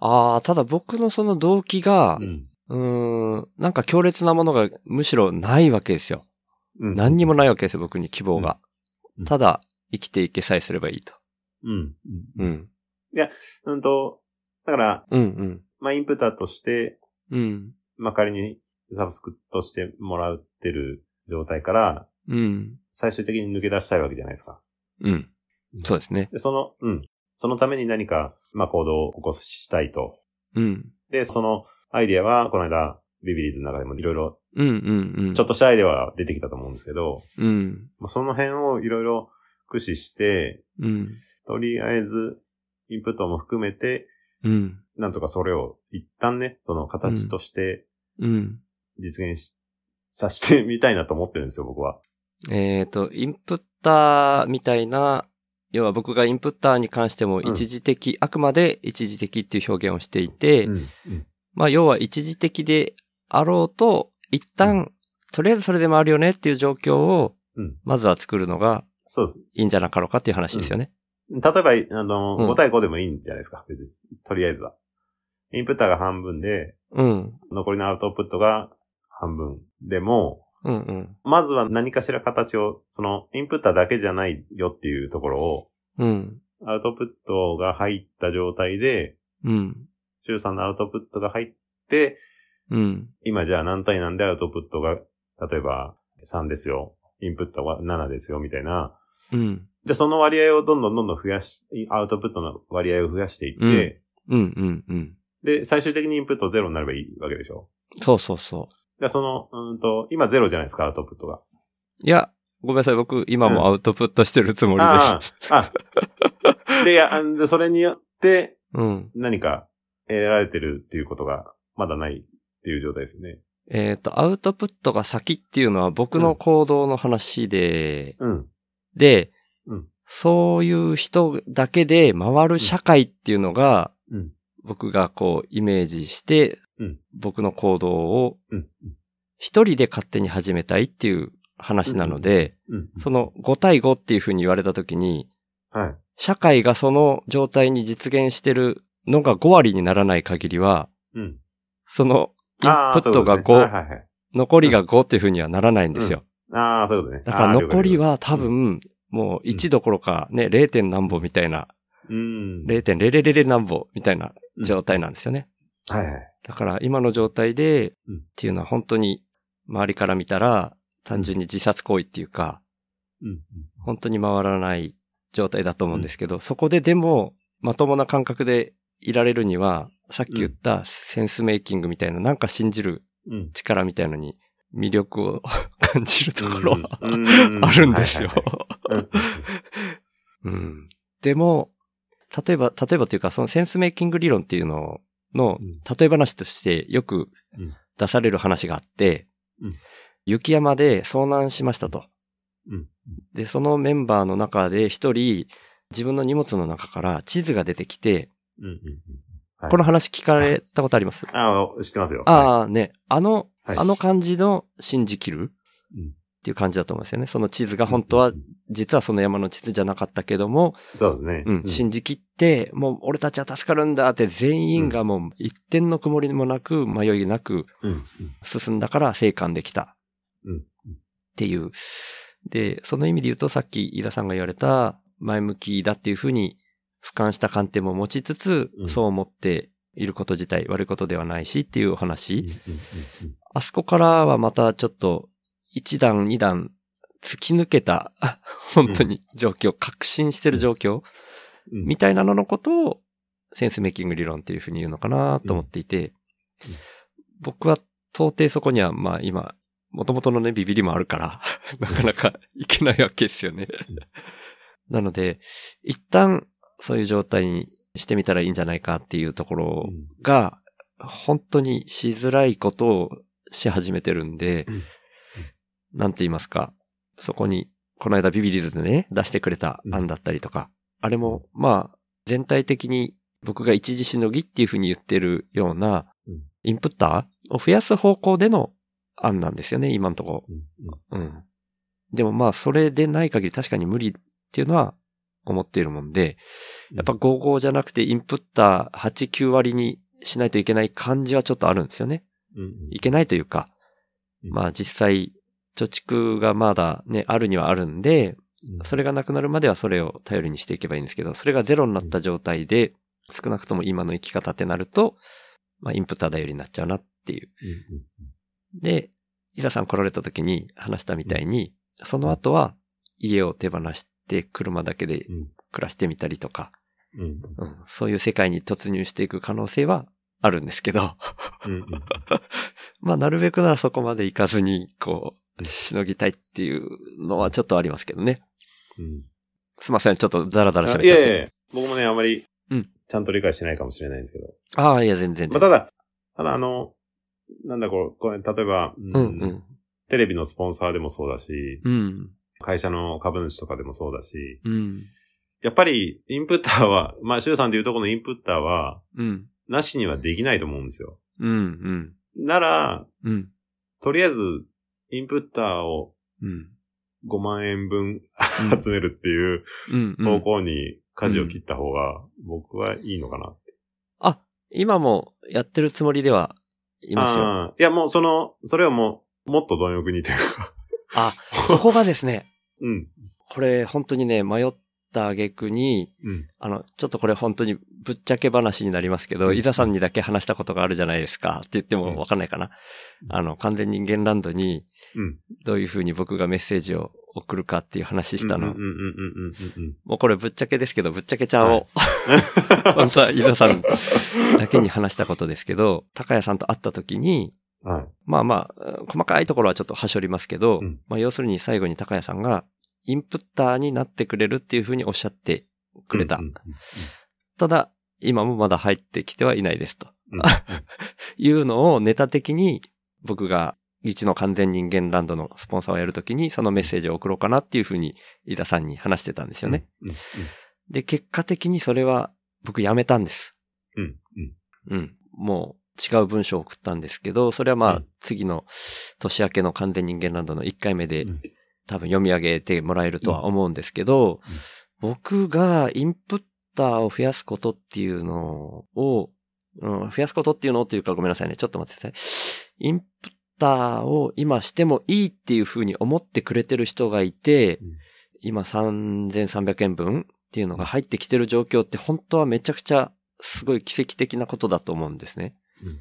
[SPEAKER 1] ああ、ただ僕のその動機が、
[SPEAKER 3] ん。
[SPEAKER 1] うーん、なんか強烈なものがむしろないわけですよ。
[SPEAKER 3] うん
[SPEAKER 1] 何にもないわけですよ、僕に希望が
[SPEAKER 3] うんうん。
[SPEAKER 1] ただ、生きていけさえすればいいと。
[SPEAKER 3] うん。
[SPEAKER 1] うん。
[SPEAKER 3] うんと、だから、
[SPEAKER 1] うんうん。
[SPEAKER 3] まあ、インプッターとして、
[SPEAKER 1] うん。
[SPEAKER 3] まあ、仮にサブスクとしてもらってる状態から、
[SPEAKER 1] うん。
[SPEAKER 3] 最終的に抜け出したいわけじゃないですか。
[SPEAKER 1] うん。そうですね。
[SPEAKER 3] で、その、うん。そのために何か、まあ、行動を起こしたいと。
[SPEAKER 1] うん。
[SPEAKER 3] で、そのアイディアは、この間、ビビリーズの中でもいろいろ、
[SPEAKER 1] うんうんうん。
[SPEAKER 3] ちょっとしたアイディアは出てきたと思うんですけど、
[SPEAKER 1] うん。
[SPEAKER 3] まあ、その辺をいろいろ駆使して、
[SPEAKER 1] うん。
[SPEAKER 3] とりあえず、インプットも含めて、
[SPEAKER 1] うん。
[SPEAKER 3] なんとかそれを一旦ね、その形として
[SPEAKER 1] うん。
[SPEAKER 3] 実現し、させて みたいなと思ってるんですよ、僕は。
[SPEAKER 1] えっ、と、インプッターみたいな、要は僕がインプッターに関しても
[SPEAKER 3] うん
[SPEAKER 1] 一時的、あくまで一時的っていう表現をしていて、
[SPEAKER 3] ん。
[SPEAKER 1] まあ要は一時的であろうと、一旦、
[SPEAKER 3] う
[SPEAKER 1] とりあえずそれでもあるよねっていう状況を
[SPEAKER 3] うん、
[SPEAKER 1] まずは作るのが
[SPEAKER 3] そうです。
[SPEAKER 1] いいんじゃなかろうかっていう話ですよね。
[SPEAKER 3] 例えば、あの、
[SPEAKER 1] うん
[SPEAKER 3] 5対5でもいいんじゃないですか、別に。とりあえずは。インプッターが半分で、
[SPEAKER 1] うん。
[SPEAKER 3] 残りのアウトプットが半分でも、
[SPEAKER 1] うんうん。
[SPEAKER 3] まずは何かしら形を、その、インプッターだけじゃないよっていうところを、
[SPEAKER 1] うん。
[SPEAKER 3] アウトプットが入った状態で、
[SPEAKER 1] うん。
[SPEAKER 3] 周さんのアウトプットが入って、
[SPEAKER 1] うん。
[SPEAKER 3] 今じゃあ何対何でアウトプットが、例えば3ですよ、インプットは7ですよ、みたいな。
[SPEAKER 1] うん。
[SPEAKER 3] で、その割合をどんどんどんどん増やし、アウトプットの割合を増やしていって、
[SPEAKER 1] うんうんうん。
[SPEAKER 3] で、最終的にインプットゼロになればいいわけでしょ。
[SPEAKER 1] そうそうそ
[SPEAKER 3] で、その、うーんと、今ゼロじゃないですか、アウトプットが。
[SPEAKER 1] う。いや、ごめんなさい。僕、今もアウトプットしてるつもり
[SPEAKER 3] あ
[SPEAKER 1] です。
[SPEAKER 3] あ、あ。で、いやあんで、それによって
[SPEAKER 1] うん。
[SPEAKER 3] 何か得られてるっていうことがまだないっていう状態ですよね。
[SPEAKER 1] えっ、と、アウトプットが先っていうのは僕の行動の話で、
[SPEAKER 3] うん。
[SPEAKER 1] で、
[SPEAKER 3] うん
[SPEAKER 1] そういう人だけで回る社会っていうのが、
[SPEAKER 3] うん
[SPEAKER 1] 僕がこうイメージして、
[SPEAKER 3] うん
[SPEAKER 1] 僕の行動を
[SPEAKER 3] うん。
[SPEAKER 1] 一人で勝手に始めたいっていう話なので、
[SPEAKER 3] うん。
[SPEAKER 1] その5対5っていうふうに言われた時に、
[SPEAKER 3] はい。
[SPEAKER 1] 社会がその状態に実現してるのが5割にならない限りは、
[SPEAKER 3] うん。
[SPEAKER 1] そのイン
[SPEAKER 3] あ
[SPEAKER 1] プ
[SPEAKER 3] ー
[SPEAKER 1] ットが5、
[SPEAKER 3] そういうことねはいはいはい。
[SPEAKER 1] 残りが5っていうふうにはならないんですよ。
[SPEAKER 3] ああ、そういうことね。
[SPEAKER 1] だから
[SPEAKER 3] あー了解
[SPEAKER 1] 残り
[SPEAKER 3] 了
[SPEAKER 1] は多分、もう1どころかね、0. 点何歩みたいな、
[SPEAKER 3] 解うん。
[SPEAKER 1] 0.000何歩みたいな状態なんですよね。
[SPEAKER 3] はいはい。
[SPEAKER 1] だから今の状態で、っ
[SPEAKER 3] うん
[SPEAKER 1] ていうのは本当に周りから見たら単純に自殺行為っていうか、
[SPEAKER 3] うん。
[SPEAKER 1] 本当に回らない状態だと思うんですけど、そこででもまともな感覚でいられるには、さっき言ったセンスメイキングみたいな、なんか信じる
[SPEAKER 3] うん。
[SPEAKER 1] 力みたいのに魅力を 感じるところは
[SPEAKER 3] うん
[SPEAKER 1] あるんですよ。
[SPEAKER 3] はいはいはい
[SPEAKER 1] うん。でも、例えば、例えばというか、そのセンスメイキング理論っていうのの
[SPEAKER 3] うん、
[SPEAKER 1] 例え話としてよく
[SPEAKER 3] うん
[SPEAKER 1] 出される話があって、
[SPEAKER 3] うん
[SPEAKER 1] 雪山で遭難しましたと。
[SPEAKER 3] うん
[SPEAKER 1] で、そのメンバーの中で一人、自分の荷物の中から地図が出てきて、
[SPEAKER 3] うんうんうん。はい
[SPEAKER 1] この話聞かれたことあります
[SPEAKER 3] ああ、知ってますよ。
[SPEAKER 1] ああね、あの、
[SPEAKER 3] はい
[SPEAKER 1] あの感じの信じきる
[SPEAKER 3] うん
[SPEAKER 1] っていう感じだと思うんですよね。その地図が
[SPEAKER 3] あ
[SPEAKER 1] 本当は、実はその山の地図じゃなかったけども、
[SPEAKER 3] そうですね。
[SPEAKER 1] うん、信じきって、もう俺たちは助かるんだって全員がもう一点の曇りもなく、迷いなく
[SPEAKER 3] うんうん
[SPEAKER 1] 進んだから生還できた。
[SPEAKER 3] うん
[SPEAKER 1] っていう。で、その意味で言うとさっき飯田さんが言われた前向きだっていうふうに俯瞰した観点も持ちつつ、
[SPEAKER 3] うん
[SPEAKER 1] そう思っていること自体悪いことではないしっていうお話。
[SPEAKER 3] うんうんうんうん
[SPEAKER 1] あそこからはまたちょっと、一段二段突き抜けた、あ本当に状況、確信してる状況、
[SPEAKER 3] うん
[SPEAKER 1] みたいなののことを、センスメイキング理論っていうふうに言うのかなと思っていて
[SPEAKER 3] うんうん、
[SPEAKER 1] 僕は到底そこには、まあ今、元々のね、ビビりもある から、なかなかいけないわけですよね。なので、一旦そういう状態にしてみたらいいんじゃないかっていうところを
[SPEAKER 3] うん
[SPEAKER 1] が、本当にしづらいことをし始めてるんで、
[SPEAKER 3] うんうん
[SPEAKER 1] なんて言いますか、そこに、この間ビビリズでね、出してくれた
[SPEAKER 3] うん
[SPEAKER 1] 案だったりとか、あれも、まあ、全体的に僕が一時しのぎっていうふうに言ってるような
[SPEAKER 3] うん、
[SPEAKER 1] インプッターを増やす方向での案なんですよね、今のところ。
[SPEAKER 3] うんうん
[SPEAKER 1] うん。でもまあ、それでない限り確かに無理っていうのは思っているもんで、やっぱ55じゃなくてインプッター8、9割にしないといけない感じはちょっとあるんですよね。
[SPEAKER 3] うんうん
[SPEAKER 1] いけないというか、
[SPEAKER 3] うん
[SPEAKER 1] まあ実際、貯蓄がまだね、あるにはあるんで、
[SPEAKER 3] うん
[SPEAKER 1] それがなくなるまではそれを頼りにしていけばいいんですけど、それがゼロになった状態で、少なくとも今の生き方ってなると、まあインプッター頼りになっちゃうなっていう
[SPEAKER 3] うんうん
[SPEAKER 1] で、伊沢さん来られた時に話したみたいに、その後は家を手放して車だけで
[SPEAKER 3] うん
[SPEAKER 1] 暮らしてみたりとか、
[SPEAKER 3] うんうん
[SPEAKER 1] うん、そういう世界に突入していく可能性はあるんですけど、
[SPEAKER 3] うんうん
[SPEAKER 1] まあなるべくならそこまで行かずに、こう、しのぎたいっていうのはちょっとありますけどね。
[SPEAKER 3] うん
[SPEAKER 1] すいません、ちょっとダラダラ喋っ
[SPEAKER 3] い
[SPEAKER 1] ちゃっ
[SPEAKER 3] や
[SPEAKER 1] て。
[SPEAKER 3] いやいや、僕もね、あまり
[SPEAKER 1] うん、
[SPEAKER 3] ちゃんと理解してないかもしれないんですけど。
[SPEAKER 1] ああ、いや、全然。
[SPEAKER 3] まあ、ただ、ただあの、なんだこう、これ例えば、うん
[SPEAKER 1] うん、うん、
[SPEAKER 3] テレビのスポンサーでもそうだし、
[SPEAKER 1] うん、
[SPEAKER 3] 会社の株主とかでもそうだし、
[SPEAKER 1] うん、
[SPEAKER 3] やっぱりインプッターは、 まあ、シュウさんでいうとこのインプッターは、
[SPEAKER 1] うん、
[SPEAKER 3] なしにはできないと思うんですよ。
[SPEAKER 1] うん、うん、
[SPEAKER 3] なら、
[SPEAKER 1] うん、
[SPEAKER 3] とりあえず、インプッターを
[SPEAKER 1] うん、
[SPEAKER 3] 5万円分集めるっていう
[SPEAKER 1] うん、うん
[SPEAKER 3] 方向に舵を切った方が、僕はいいのかな。
[SPEAKER 1] あ、今もやってるつもりではいますよ。
[SPEAKER 3] あーいや、もうその、それはもう、もっと貪欲にというか。
[SPEAKER 1] あ、そこがですね、
[SPEAKER 3] うん。
[SPEAKER 1] これ本当にね、迷った挙句に、
[SPEAKER 3] うん。
[SPEAKER 1] あの、ちょっとこれ本当にぶっちゃけ話になりますけど、
[SPEAKER 3] うん
[SPEAKER 1] 伊沢さんにだけ話したことがあるじゃないですかって言ってもわかんないかな。あの、完全人間ランドに
[SPEAKER 3] うん、
[SPEAKER 1] どういうふうに僕がメッセージを送るかっていう話したの。
[SPEAKER 3] うんうんうんうんうんうん
[SPEAKER 1] もうこれぶっちゃけですけど、ぶっちゃけちゃん を、
[SPEAKER 3] うん。
[SPEAKER 1] 本当は伊沢 さん だけに話したことですけど、 高谷さんと会った時に、
[SPEAKER 3] はい。
[SPEAKER 1] まあまあ、うん細かいところはちょっと端折りますけど、
[SPEAKER 3] うん
[SPEAKER 1] まあ要するに最後に高谷さんが、インプッターになってくれるっていうふうにおっしゃってくれた。
[SPEAKER 3] うんうん
[SPEAKER 1] ただ、今もまだ入ってきてはいないですと。
[SPEAKER 3] うん
[SPEAKER 1] いうのをネタ的に僕が一の完全人間ランドのスポンサーをやるときにそのメッセージを送ろうかなっていうふうに飯田さんに話してたんですよね。。
[SPEAKER 3] うんうん
[SPEAKER 1] で、結果的にそれは僕やめたんです。
[SPEAKER 3] うんうん。
[SPEAKER 1] うん。もう違う文章を送ったんですけど、それはま
[SPEAKER 3] う
[SPEAKER 1] あ
[SPEAKER 3] ん
[SPEAKER 1] 次の年明けの完全人間ランドの1回目で、
[SPEAKER 3] うん
[SPEAKER 1] 多分読み上げてもらえるとは思うんですけど、僕がインプッターを増やすことっていうのを、うん、増やすことっていうのっていうかごめんなさいね。ちょっと待ってください。インプッターを今してもいいっていうふうに思ってくれてる人がいて、
[SPEAKER 3] うん
[SPEAKER 1] 今3300円分っていうのが入ってきてる状況って本当はめちゃくちゃすごい奇跡的なことだと思うんですね。
[SPEAKER 3] うん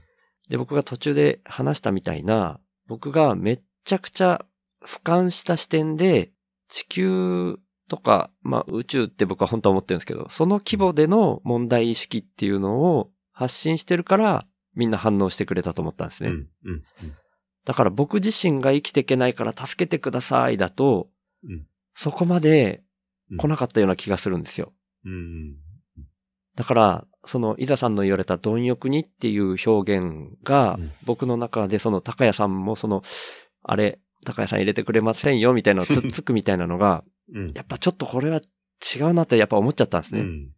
[SPEAKER 1] で、僕が途中で話したみたいな、僕がめっちゃくちゃ俯瞰した視点で、地球とか、まあ宇宙って僕は本当は思ってるんですけど、その規模での問題意識っていうのを発信してるから、みんな反応してくれたと思ったんです
[SPEAKER 3] う
[SPEAKER 1] ね。
[SPEAKER 3] んうん
[SPEAKER 1] だから僕自身が生きていけないから助けてくださいだと、
[SPEAKER 3] うん
[SPEAKER 1] そこまで
[SPEAKER 3] うん
[SPEAKER 1] 来なかったような気がするんですよ。
[SPEAKER 3] うん
[SPEAKER 1] だから、その、伊沢さんの言われた貪欲にっていう表現が
[SPEAKER 3] うん、
[SPEAKER 1] 僕の中でその、高谷さんもその、あれ、高谷さん入れてくれませんよ、みたいなのをつ っつくみたいなのが、
[SPEAKER 3] うん
[SPEAKER 1] やっぱちょっとこれは違うなってやっぱ思っちゃったんです
[SPEAKER 3] う
[SPEAKER 1] ね。
[SPEAKER 3] ん。い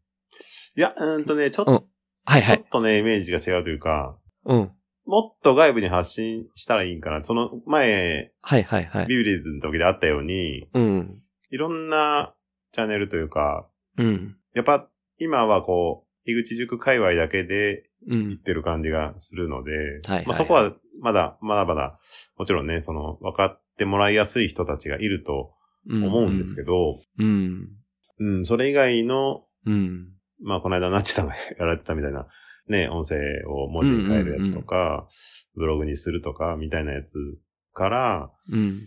[SPEAKER 3] や、うーんとね、ちょっ
[SPEAKER 1] うん
[SPEAKER 3] と、
[SPEAKER 1] はいは
[SPEAKER 3] ちょっ
[SPEAKER 1] い。
[SPEAKER 3] とね、イメージが違うというか、
[SPEAKER 1] うん。
[SPEAKER 3] もっと外部に発信したらいいんかな。その前、
[SPEAKER 1] はいはいはい。
[SPEAKER 3] ビビリーズの時であったように、
[SPEAKER 1] うん。
[SPEAKER 3] いろんなチャンネルというか、
[SPEAKER 1] うん。
[SPEAKER 3] やっぱ今はこう、井口塾界隈だけで
[SPEAKER 1] うん
[SPEAKER 3] 行っ。てる感じがするので、
[SPEAKER 1] はいはい
[SPEAKER 3] まあ、そこはまだ、まだまだ、もちろんね、その、分かってもらいやすい人たちがいると思うんですけ
[SPEAKER 1] ど。
[SPEAKER 3] ど、
[SPEAKER 1] うん。
[SPEAKER 3] うん、それ以外の、
[SPEAKER 1] うん。
[SPEAKER 3] まあ、この間、ナッチさんが やられてたみたいな、ね、音声を文字に変えるやつとか、ブログにするとか、みたいなやつから、
[SPEAKER 1] うん。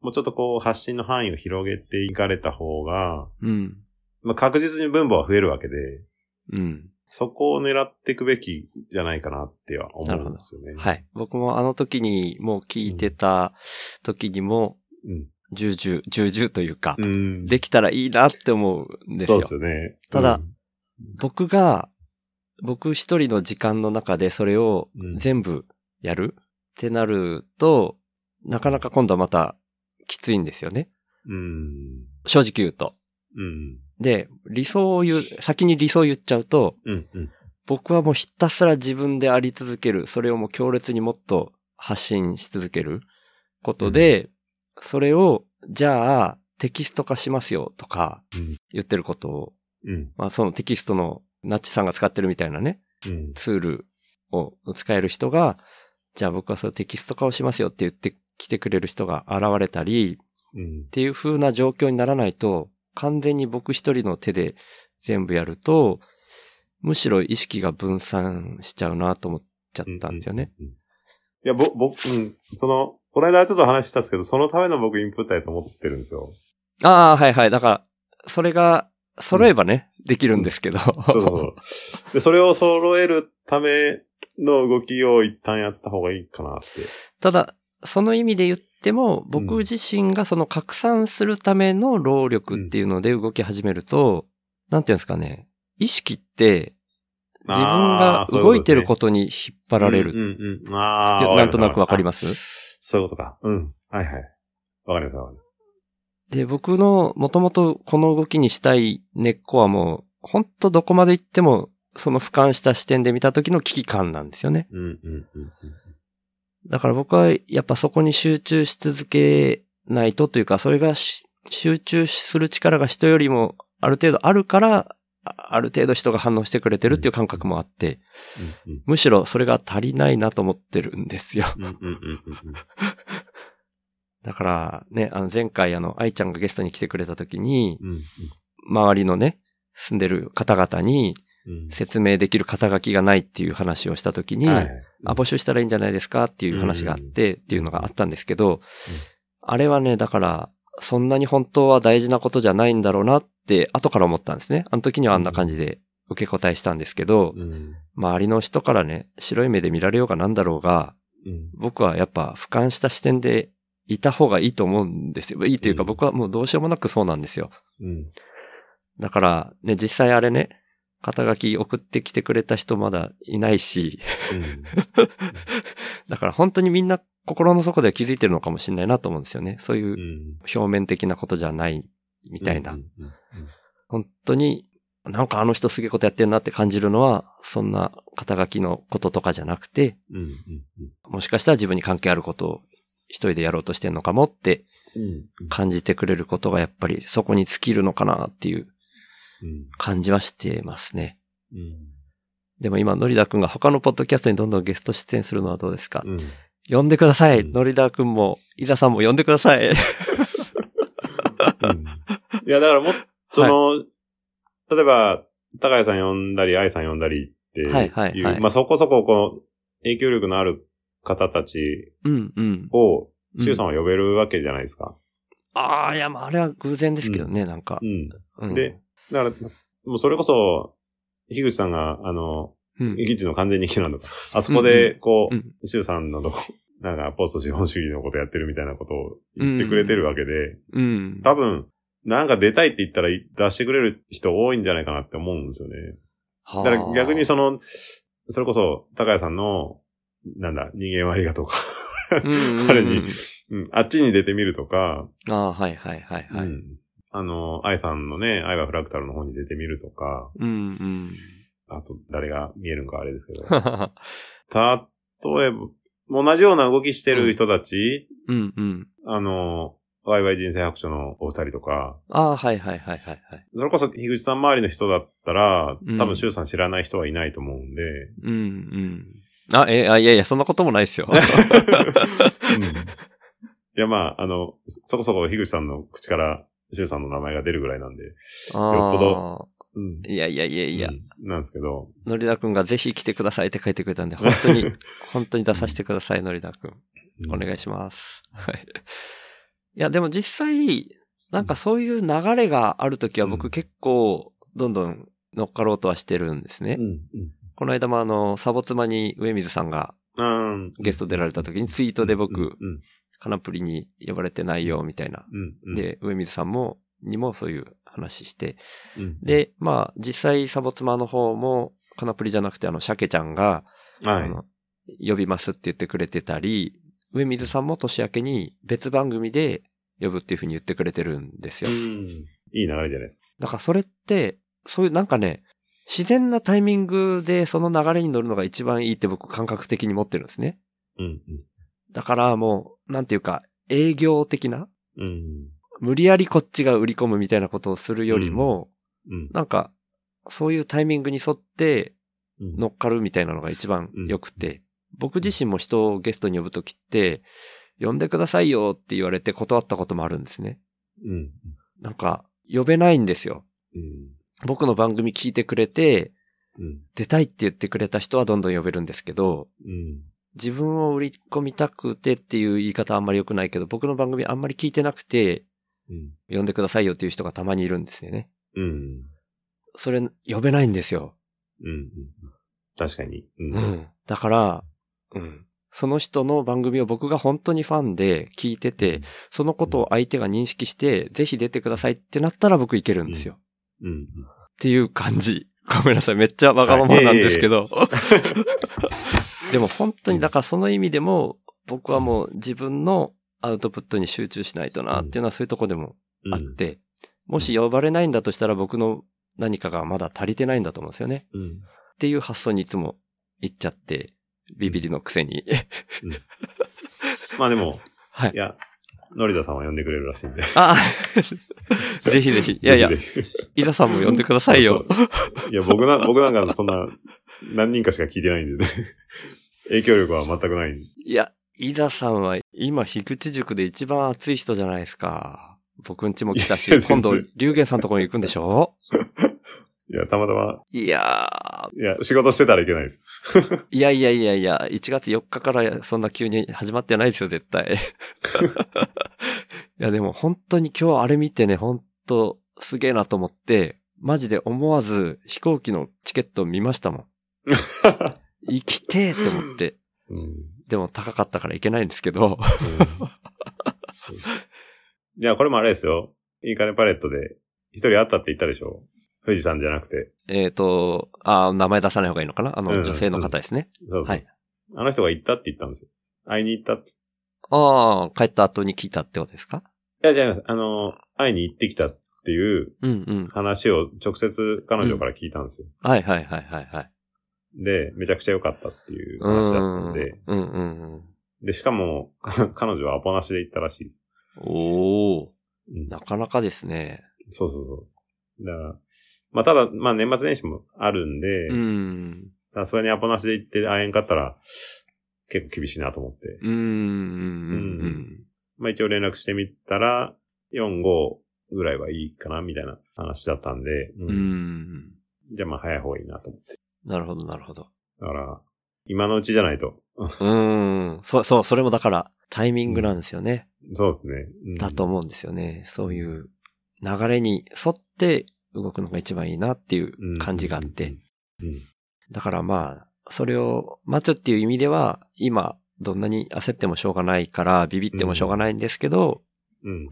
[SPEAKER 3] もうちょっとこう、発信の範囲を広げていかれた方が、
[SPEAKER 1] うん。
[SPEAKER 3] まあ、確実に分母は増えるわけで、
[SPEAKER 1] うん。
[SPEAKER 3] そこを狙っていくべきじゃないかなっては思うんですよね。
[SPEAKER 1] はい。僕もあの時に、もう聞いてた時にも、
[SPEAKER 3] うん。
[SPEAKER 1] 重々、重々というか、
[SPEAKER 3] うん。
[SPEAKER 1] できたらいいなって思うんです
[SPEAKER 3] そう
[SPEAKER 1] よ
[SPEAKER 3] で。すよね。
[SPEAKER 1] ただ
[SPEAKER 3] うん
[SPEAKER 1] 僕が、僕一人の時間の中でそれを
[SPEAKER 3] うん
[SPEAKER 1] 全部やるってなると、なかなか今度はまたきついんですよね。
[SPEAKER 3] うん。
[SPEAKER 1] 正直言うと。
[SPEAKER 3] うん。
[SPEAKER 1] で、理想を言う、先に理想を言っちゃうと、
[SPEAKER 3] うん。うん。
[SPEAKER 1] 僕はもうひたすら自分であり続ける。それをもう強烈にもっと発信し続けることで、それを、じゃあ、テキスト化しますよとか
[SPEAKER 3] うん
[SPEAKER 1] 言ってることを、
[SPEAKER 3] うん。
[SPEAKER 1] まあそのテキストのナッチさんが使ってるみたいなね、
[SPEAKER 3] うん。
[SPEAKER 1] ツールを使える人が、じゃあ僕はそれテキスト化をしますよって言ってきてくれる人が現れたり、
[SPEAKER 3] うん
[SPEAKER 1] っ。ていう風な状況にならないと、完全に僕一人の手で全部やると、むしろ意識が分散しちゃうなと思っちゃったんですよね。
[SPEAKER 3] うん。うんうんいや、ぼ、ぼ、うん。その、この間ちょっと話したんですけど、そのための僕インプットやと思ってるんですよ。
[SPEAKER 1] ああ、はいはい。だから、それが揃えばね、できるんですけど。
[SPEAKER 3] そうそうそう。で、それを揃えるための動きを一旦やった方がいいかなって。
[SPEAKER 1] ただ、その意味で言っても、僕自身がその拡散するための労力っていうので動き始めると、なんていうんですかね、意識って自分が
[SPEAKER 3] あー
[SPEAKER 1] 動いてることに引っ張られる。
[SPEAKER 3] うんうんうん。ああ。
[SPEAKER 1] なんとなくわかります
[SPEAKER 3] そういうことか。うん。はいはい。わかりますわかります。
[SPEAKER 1] で、僕のもともとこの動きにしたい根っこはもう、ほんとどこまで行っても、その俯瞰した視点で見た時の危機感なんですよね。
[SPEAKER 3] うんうんうん
[SPEAKER 1] だから僕はやっぱそこに集中し続けないとというか、それがし集中する力が人よりもある程度あるから、あある程度人が反応してくれてるっていう感覚もあって、
[SPEAKER 3] うん。うん
[SPEAKER 1] むしろそれが足りないなと思ってるんですよ。
[SPEAKER 3] うんうんうんうん
[SPEAKER 1] だからね、あの前回あの愛ちゃんがゲストに来てくれた時に、
[SPEAKER 3] うんうん
[SPEAKER 1] 周りのね、住んでる方々に
[SPEAKER 3] うん
[SPEAKER 1] 説明できる肩書きがないっていう話をした時に、
[SPEAKER 3] はいはい
[SPEAKER 1] あ、募集したらいいんじゃないですかっていう話があってっていうのがあったんですけど、あれはね、だから、そんなに本当は大事なことじゃないんだろうなって、後から思ったんですね。あの時にはあんな感じで受け答えしたんですけど、
[SPEAKER 3] うん
[SPEAKER 1] 周りの人からね、白い目で見られようがなんだろうが、
[SPEAKER 3] うん
[SPEAKER 1] 僕はやっぱ俯瞰した視点でいた方がいいと思うんですよ。いいというか
[SPEAKER 3] うん
[SPEAKER 1] 僕はもうどうしようもなくそうなんですよ。
[SPEAKER 3] うん
[SPEAKER 1] だから、ね、実際あれね、肩書き送ってきてくれた人まだいないし、
[SPEAKER 3] うん
[SPEAKER 1] だから本当にみんな心の底では気づいてるのかもしれないなと思うんですよね。そういううん表面的なことじゃないみたいな。
[SPEAKER 3] うんうんうん
[SPEAKER 1] 本当になんかあの人すげえことやってるなって感じるのは、そんな肩書きのこととかじゃなくて、
[SPEAKER 3] うんうんうん
[SPEAKER 1] もしかしたら自分に関係あることを一人でやろうとしてるのかもって
[SPEAKER 3] うん
[SPEAKER 1] 感じてくれることがやっぱりそこに尽きるのかなっていう
[SPEAKER 3] うん
[SPEAKER 1] 感じはしてますね。
[SPEAKER 3] うん
[SPEAKER 1] でも今、のりだくんが他のポッドキャストにどんどんゲスト出演するのはどうですか、
[SPEAKER 3] うん
[SPEAKER 1] 呼んでください、
[SPEAKER 3] うん
[SPEAKER 1] のりだくんも、伊沢さんも呼んでください
[SPEAKER 3] うんいや、だからもっと、その、例えば、高谷さん呼んだり、愛さん呼んだりっていう、
[SPEAKER 1] はいはいはい
[SPEAKER 3] まあそこそこ、こう、影響力のある方たち
[SPEAKER 1] うんうん。
[SPEAKER 3] を、
[SPEAKER 1] うん
[SPEAKER 3] シュウさんは呼べるわけじゃないですか。
[SPEAKER 1] ああ、いや、まああれは偶然ですけどね、なんか
[SPEAKER 3] う。ん。
[SPEAKER 1] うん、
[SPEAKER 3] で、だから、もうそれこそ、樋口さんが、あの、
[SPEAKER 1] うん、
[SPEAKER 3] 樋口の完全人気な んだ。あそこで、こ
[SPEAKER 1] うん
[SPEAKER 3] う、シュウさんのとこ、なんか、ポスト資本主義のことやってるみたいなことを言ってくれてるわけで、
[SPEAKER 1] うん。
[SPEAKER 3] 多分、なんか出たいって言ったら出してくれる人多いんじゃないかなって思うんですよね。
[SPEAKER 1] は
[SPEAKER 3] だ
[SPEAKER 1] あ
[SPEAKER 3] から逆にその、それこそ、高谷さんの、なんだ、人間はありがとうか、
[SPEAKER 1] うんうんうん
[SPEAKER 3] あれにうん、あっちに出てみるとか、
[SPEAKER 1] ああ、はいはいはいはい。
[SPEAKER 3] うんあの、愛さんのね、愛はフラクタルの方に出てみるとか、
[SPEAKER 1] うんうん。
[SPEAKER 3] あと誰が見えるのかあれですけ ど。
[SPEAKER 1] は
[SPEAKER 3] 例えば、同じような動きしてる人たち、
[SPEAKER 1] うんうん。
[SPEAKER 3] あの、ワイワイ人生白書のお二人とか、
[SPEAKER 1] ああ、はいはいはいはいはい。
[SPEAKER 3] それこそ樋口さん周りの人だったら
[SPEAKER 1] う、ん
[SPEAKER 3] 多分周さん知らない人はいないと思うんで、
[SPEAKER 1] うんうん。あ、え、あ、いやいや、そんなこともないっ すよ。
[SPEAKER 3] うん いや、まあ、あの、そこそこ樋口さんの口から周さんの名前が出るぐらいなんで、よっぽどうん。
[SPEAKER 1] あーいやいやいやいや
[SPEAKER 3] う、ん、なんですけど、
[SPEAKER 1] のりだくんがぜひ来てくださいって書いてくれたんで、本当 に、本当に出させてください、のりだくん。お願いします。はい。いや、でも実際、なんかそういう流れがあるときは
[SPEAKER 3] う
[SPEAKER 1] 僕
[SPEAKER 3] ん
[SPEAKER 1] 結構、どんどん乗っかろうとはしてるんですね。
[SPEAKER 3] うん。うん。
[SPEAKER 1] この間もあの、サボ妻に上水さんが
[SPEAKER 3] うん。
[SPEAKER 1] ゲスト出られたときにツイートで僕、
[SPEAKER 3] うん。
[SPEAKER 1] カナプリに呼ばれてないよ、みたいな。
[SPEAKER 3] うん。うん、
[SPEAKER 1] で、上水さんも、にもそういう話して。
[SPEAKER 3] うん、
[SPEAKER 1] で、まあ、実際サボ妻の方も、カナプリじゃなくてあの、シャケちゃんが、
[SPEAKER 3] は
[SPEAKER 1] あ
[SPEAKER 3] い。
[SPEAKER 1] の、呼びますって言ってくれてたり、上水さんも年明けに別番組で呼ぶっていうふうに言ってくれてるんですよ
[SPEAKER 3] う。ん。いい流れじゃないですか。
[SPEAKER 1] だからそれって、そういうなんかね、自然なタイミングでその流れに乗るのが一番いいって僕感覚的に持ってるんですね。
[SPEAKER 3] うん。
[SPEAKER 1] だからもう、なんていうか、営業的な
[SPEAKER 3] うん。うん。
[SPEAKER 1] 無理やりこっちが売り込むみたいなことをするよりも、
[SPEAKER 3] うん。
[SPEAKER 1] なんか、そういうタイミングに沿って
[SPEAKER 3] うん
[SPEAKER 1] 乗っかるみたいなのが一番良くて、僕自身も人をゲストに呼ぶときって、呼んでくださいよって言われて断ったこともあるんですね。
[SPEAKER 3] うん。
[SPEAKER 1] なんか、呼べないんですよ。
[SPEAKER 3] うん。
[SPEAKER 1] 僕の番組聞いてくれて、
[SPEAKER 3] うん。
[SPEAKER 1] 出たいって言ってくれた人はどんどん呼べるんですけど、
[SPEAKER 3] うん。
[SPEAKER 1] 自分を売り込みたくてっていう言い方はあんまり良くないけど、僕の番組あんまり聞いてなくて、
[SPEAKER 3] うん。
[SPEAKER 1] 呼んでくださいよっていう人がたまにいるんですよね。
[SPEAKER 3] うん。
[SPEAKER 1] それ、呼べないんですよ。
[SPEAKER 3] うん。確かに。うん
[SPEAKER 1] う。ん。だから、うん。その人の番組を僕が本当にファンで聞いてて、そのことを相手が認識して、ぜひ出てくださいってなったら僕いけるんですよ。
[SPEAKER 3] うん。
[SPEAKER 1] っていう感じ。ごめんなさい。めっちゃわがままなんですけど。でも本当に、だからその意味でも、僕はもう自分のアウトプットに集中しないとなっていうのはそういうとこでも
[SPEAKER 3] うん
[SPEAKER 1] あって、もし呼ばれないんだとしたら僕の何かがまだ足りてないんだと思うんですよね。
[SPEAKER 3] うん。
[SPEAKER 1] っていう発想にいつも行っちゃって、ビビりのくせに。
[SPEAKER 3] まあでも、
[SPEAKER 1] はい
[SPEAKER 3] い。や、のりださんは呼んでくれるらしいんで。
[SPEAKER 1] あぜひぜひ。いやいや
[SPEAKER 3] ぜ、ひぜひ
[SPEAKER 1] 伊田さんも呼んでくださいよ。
[SPEAKER 3] そういや、僕な、僕なんかそんな、何人かしか聞いてないんでね。影響力は全くない。
[SPEAKER 1] いや、伊田さんは今、樋口塾で一番熱い人じゃないですか。僕ん家も来た
[SPEAKER 3] いや
[SPEAKER 1] し、
[SPEAKER 3] 全然
[SPEAKER 1] 今度、龍玄さんとこに行くんでしょ
[SPEAKER 3] いや、たまたま、
[SPEAKER 1] いや
[SPEAKER 3] いや、仕事してたらいけないです。
[SPEAKER 1] ー、いやいやいやいや、1月4日からそんな急に始まってないですよ、絶 対。いや、でも本当に今日あれ見てね、本当すげえなと思って、マジで思わず飛行機のチケットを見ましたもん。行きてえって思って。
[SPEAKER 3] うんうん
[SPEAKER 1] でも高かったから行けないんですけど。
[SPEAKER 3] そういや、これもあれですよ。いい金パレットで、一人会ったって言ったでしょ富士山じゃなくて。
[SPEAKER 1] えっと、あー名前出さない方がいいのかなあの、
[SPEAKER 3] うん
[SPEAKER 1] 女性の方ですね。
[SPEAKER 3] そうそう
[SPEAKER 1] はい。
[SPEAKER 3] あの人が行ったって言ったんですよ。会いに行ったって。
[SPEAKER 1] ああ、帰った後に聞いたってことですか
[SPEAKER 3] いや、じゃあ、あの、会いに行ってきたっていう
[SPEAKER 1] うんうん。
[SPEAKER 3] 話を直接彼女から聞いたんですよ。
[SPEAKER 1] はいはいはいはいはい。
[SPEAKER 3] で、めちゃくちゃ良かったっていう話だったんで、
[SPEAKER 1] うんうんうん。
[SPEAKER 3] で、しかも、 か彼女はアポなしで行ったらしいです。
[SPEAKER 1] おお、
[SPEAKER 3] うん、
[SPEAKER 1] なかなかですね。
[SPEAKER 3] そうそうそう。だから、まあ、ただ、まあ、年末年始もあるんで
[SPEAKER 1] う、ん。
[SPEAKER 3] さすがにアポなしで行って会えんかったら、結構厳しいなと思って。
[SPEAKER 1] うんうんうん
[SPEAKER 3] う
[SPEAKER 1] ん
[SPEAKER 3] まあ、一応連絡してみたら、4、5ぐらいはいいかな、みたいな話だったんで、
[SPEAKER 1] うん。うん。
[SPEAKER 3] じゃあまあ、早い方がいいなと思って。
[SPEAKER 1] なるほどなるほど。
[SPEAKER 3] だから、今のうちじゃないと。
[SPEAKER 1] うん。そうそう、それもだからタイミングなんですよね。
[SPEAKER 3] そうですね。うん
[SPEAKER 1] だと。思うんですよね。そういう流れに沿って動くのが一番いいなっていう感じがあって。
[SPEAKER 3] うんうんうん
[SPEAKER 1] だからまあ、それを待つっていう意味では、今、どんなに焦ってもしょうがないから、ビビってもしょうがないんですけど、
[SPEAKER 3] うん。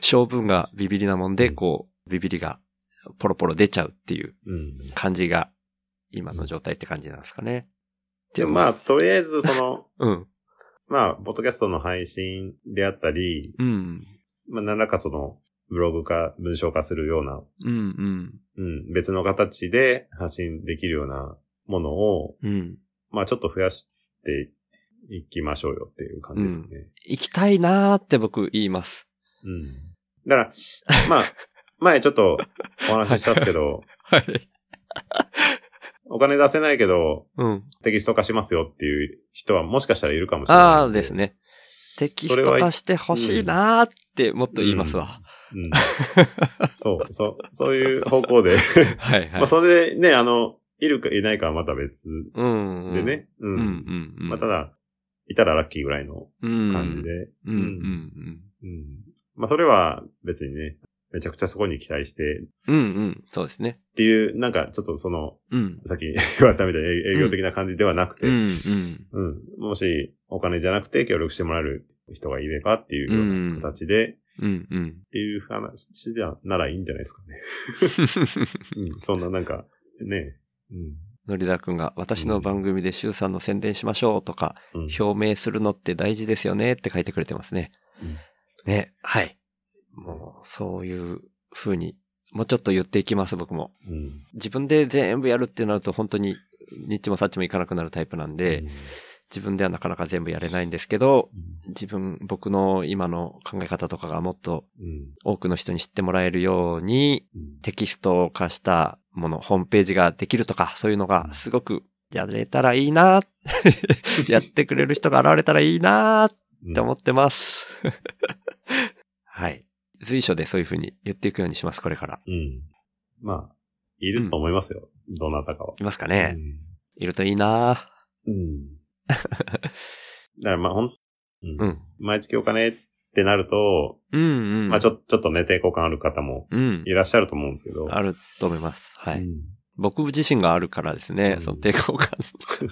[SPEAKER 1] 性分がビビりなもんで、こう、ビビりがポロポロ出ちゃうっていう
[SPEAKER 3] うん。
[SPEAKER 1] 感じが、今の状態って感じなんですかね。
[SPEAKER 3] でもまあ、とりあえず、その、
[SPEAKER 1] うん。
[SPEAKER 3] まあ、ポッドキャストの配信であったり、
[SPEAKER 1] うん。
[SPEAKER 3] まあ、何らかその、ブログ化、文章化するような、
[SPEAKER 1] うん
[SPEAKER 3] うん、別の形で発信できるようなものを、
[SPEAKER 1] うん。うん。
[SPEAKER 3] まあちょっと増やしていきましょうよっていう感じですね。
[SPEAKER 1] 行きたいなーって僕言います。
[SPEAKER 3] うん。だから、 まあ、前ちょっとお話ししたんですけど、
[SPEAKER 1] はい。
[SPEAKER 3] お金出せないけど、
[SPEAKER 1] うん。
[SPEAKER 3] テキスト化しますよっていう人はもしかしたらいるかもしれない。
[SPEAKER 1] ああです。ね。テキスト化してほしいなーってもっと言いますわ。
[SPEAKER 3] うん。そう、そう、そういう方向 で。
[SPEAKER 1] はいは
[SPEAKER 3] まあ、それでね、あの、いるかいないかはまた別
[SPEAKER 1] うんうん。
[SPEAKER 3] で。ね。う。
[SPEAKER 1] うんんうんうん。
[SPEAKER 3] まあ、ただ、いたらラッキーぐらいの感
[SPEAKER 1] 感
[SPEAKER 3] じで。。
[SPEAKER 1] うんうん
[SPEAKER 3] うん。まあ、それは別にね、めちゃくちゃそこに期待して
[SPEAKER 1] うん。うんうん。そうですね。
[SPEAKER 3] っていう、なんかちょっとその、
[SPEAKER 1] うん。
[SPEAKER 3] さっき言われたみたいに営営業的な感じではなくて、
[SPEAKER 1] う
[SPEAKER 3] うん。
[SPEAKER 1] んうん。
[SPEAKER 3] もし、お金じゃなくて協力してもらえる人がいればっていうような形で、っ
[SPEAKER 1] うんうん。
[SPEAKER 3] ていう話ではならいいんじゃないですかね。 うん。そんななんか、ね、う
[SPEAKER 1] のりだくんが、私の番組でしゅうさんの宣伝しましょうとか、
[SPEAKER 3] ん。うん。
[SPEAKER 1] 表明するのって大事ですよねって書いてくれてますね
[SPEAKER 3] うん。
[SPEAKER 1] ね、はい。もう、そういう風に、もうちょっと言っていきます、僕も。
[SPEAKER 3] うん。
[SPEAKER 1] 自分で全部やるってなると、本当に、ニッチもサッチもいかなくなるタイプなんで、自分ではなかなか全部やれないんですけど、自分、僕の今の考え方とかがもっと
[SPEAKER 3] うん、うん。
[SPEAKER 1] 多くの人に知ってもらえるように、
[SPEAKER 3] うん
[SPEAKER 1] テキスト化したもの、ホームページができるとか、そういうのがすごくやれたらいいな、 やってくれる人が現れたらいいなって思ってます。 はい。随所でそういうふうに言っていくようにします、これから。
[SPEAKER 3] うん。まあ、いると思いますよ。どなたかは。
[SPEAKER 1] いますかね、いるといいな
[SPEAKER 3] うん。 うん。だからまあ、ほん、うん
[SPEAKER 1] うん。
[SPEAKER 3] 毎月お金ってなると、
[SPEAKER 1] うんうん。
[SPEAKER 3] まあち
[SPEAKER 1] ょっ
[SPEAKER 3] ょ、ちょっとね、抵抗感ある方も
[SPEAKER 1] と。うん
[SPEAKER 3] い。らっしゃると思うんですけど。
[SPEAKER 1] あると思います。は
[SPEAKER 3] う
[SPEAKER 1] い。
[SPEAKER 3] ん
[SPEAKER 1] 僕自身があるからですね、
[SPEAKER 3] うん
[SPEAKER 1] その抵抗感。
[SPEAKER 3] うん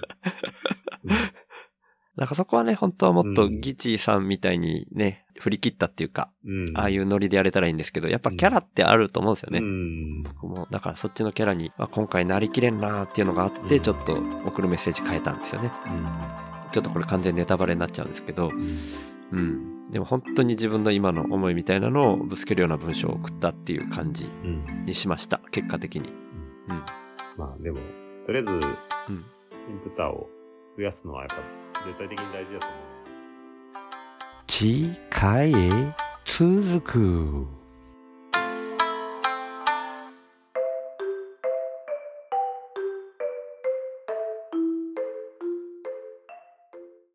[SPEAKER 1] なんかそこはね、本当はもっとギチさんみたいにね、振り切ったっていうか、
[SPEAKER 3] うん。
[SPEAKER 1] ああいううノリでやれたらいいんですけど、やっぱキャラってあると思うんですよね。
[SPEAKER 3] うん。
[SPEAKER 1] 僕も、だからそっちのキャラに、あ今回なりきれんなーっていうのがあっ
[SPEAKER 3] う
[SPEAKER 1] て、
[SPEAKER 3] ん
[SPEAKER 1] ちょっと送るメッセージ変えたんですよね。ちょっとこれ完全ネタバレになっちゃうんですけど、うん。でも本当に自分の今の思いみたいなのをぶつけるような文章を送ったっていう感じ
[SPEAKER 3] うん。うん。
[SPEAKER 1] にしました。結果的に。
[SPEAKER 3] まあでも、とりあえず、
[SPEAKER 1] うん。
[SPEAKER 3] インプッターを増やすのはやっぱ絶対的に大事だと思う。
[SPEAKER 4] 次回へ続く。